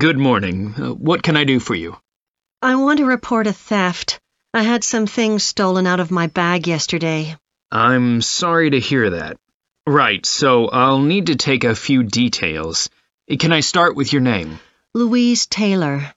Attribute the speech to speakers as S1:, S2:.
S1: Good morning. Uh, what can I do for you?
S2: I want to report a theft. I had some things stolen out of my bag yesterday.
S1: I'm sorry to hear that. Right, so I'll need to take a few details. Can I start with your name?
S2: Louise Taylor.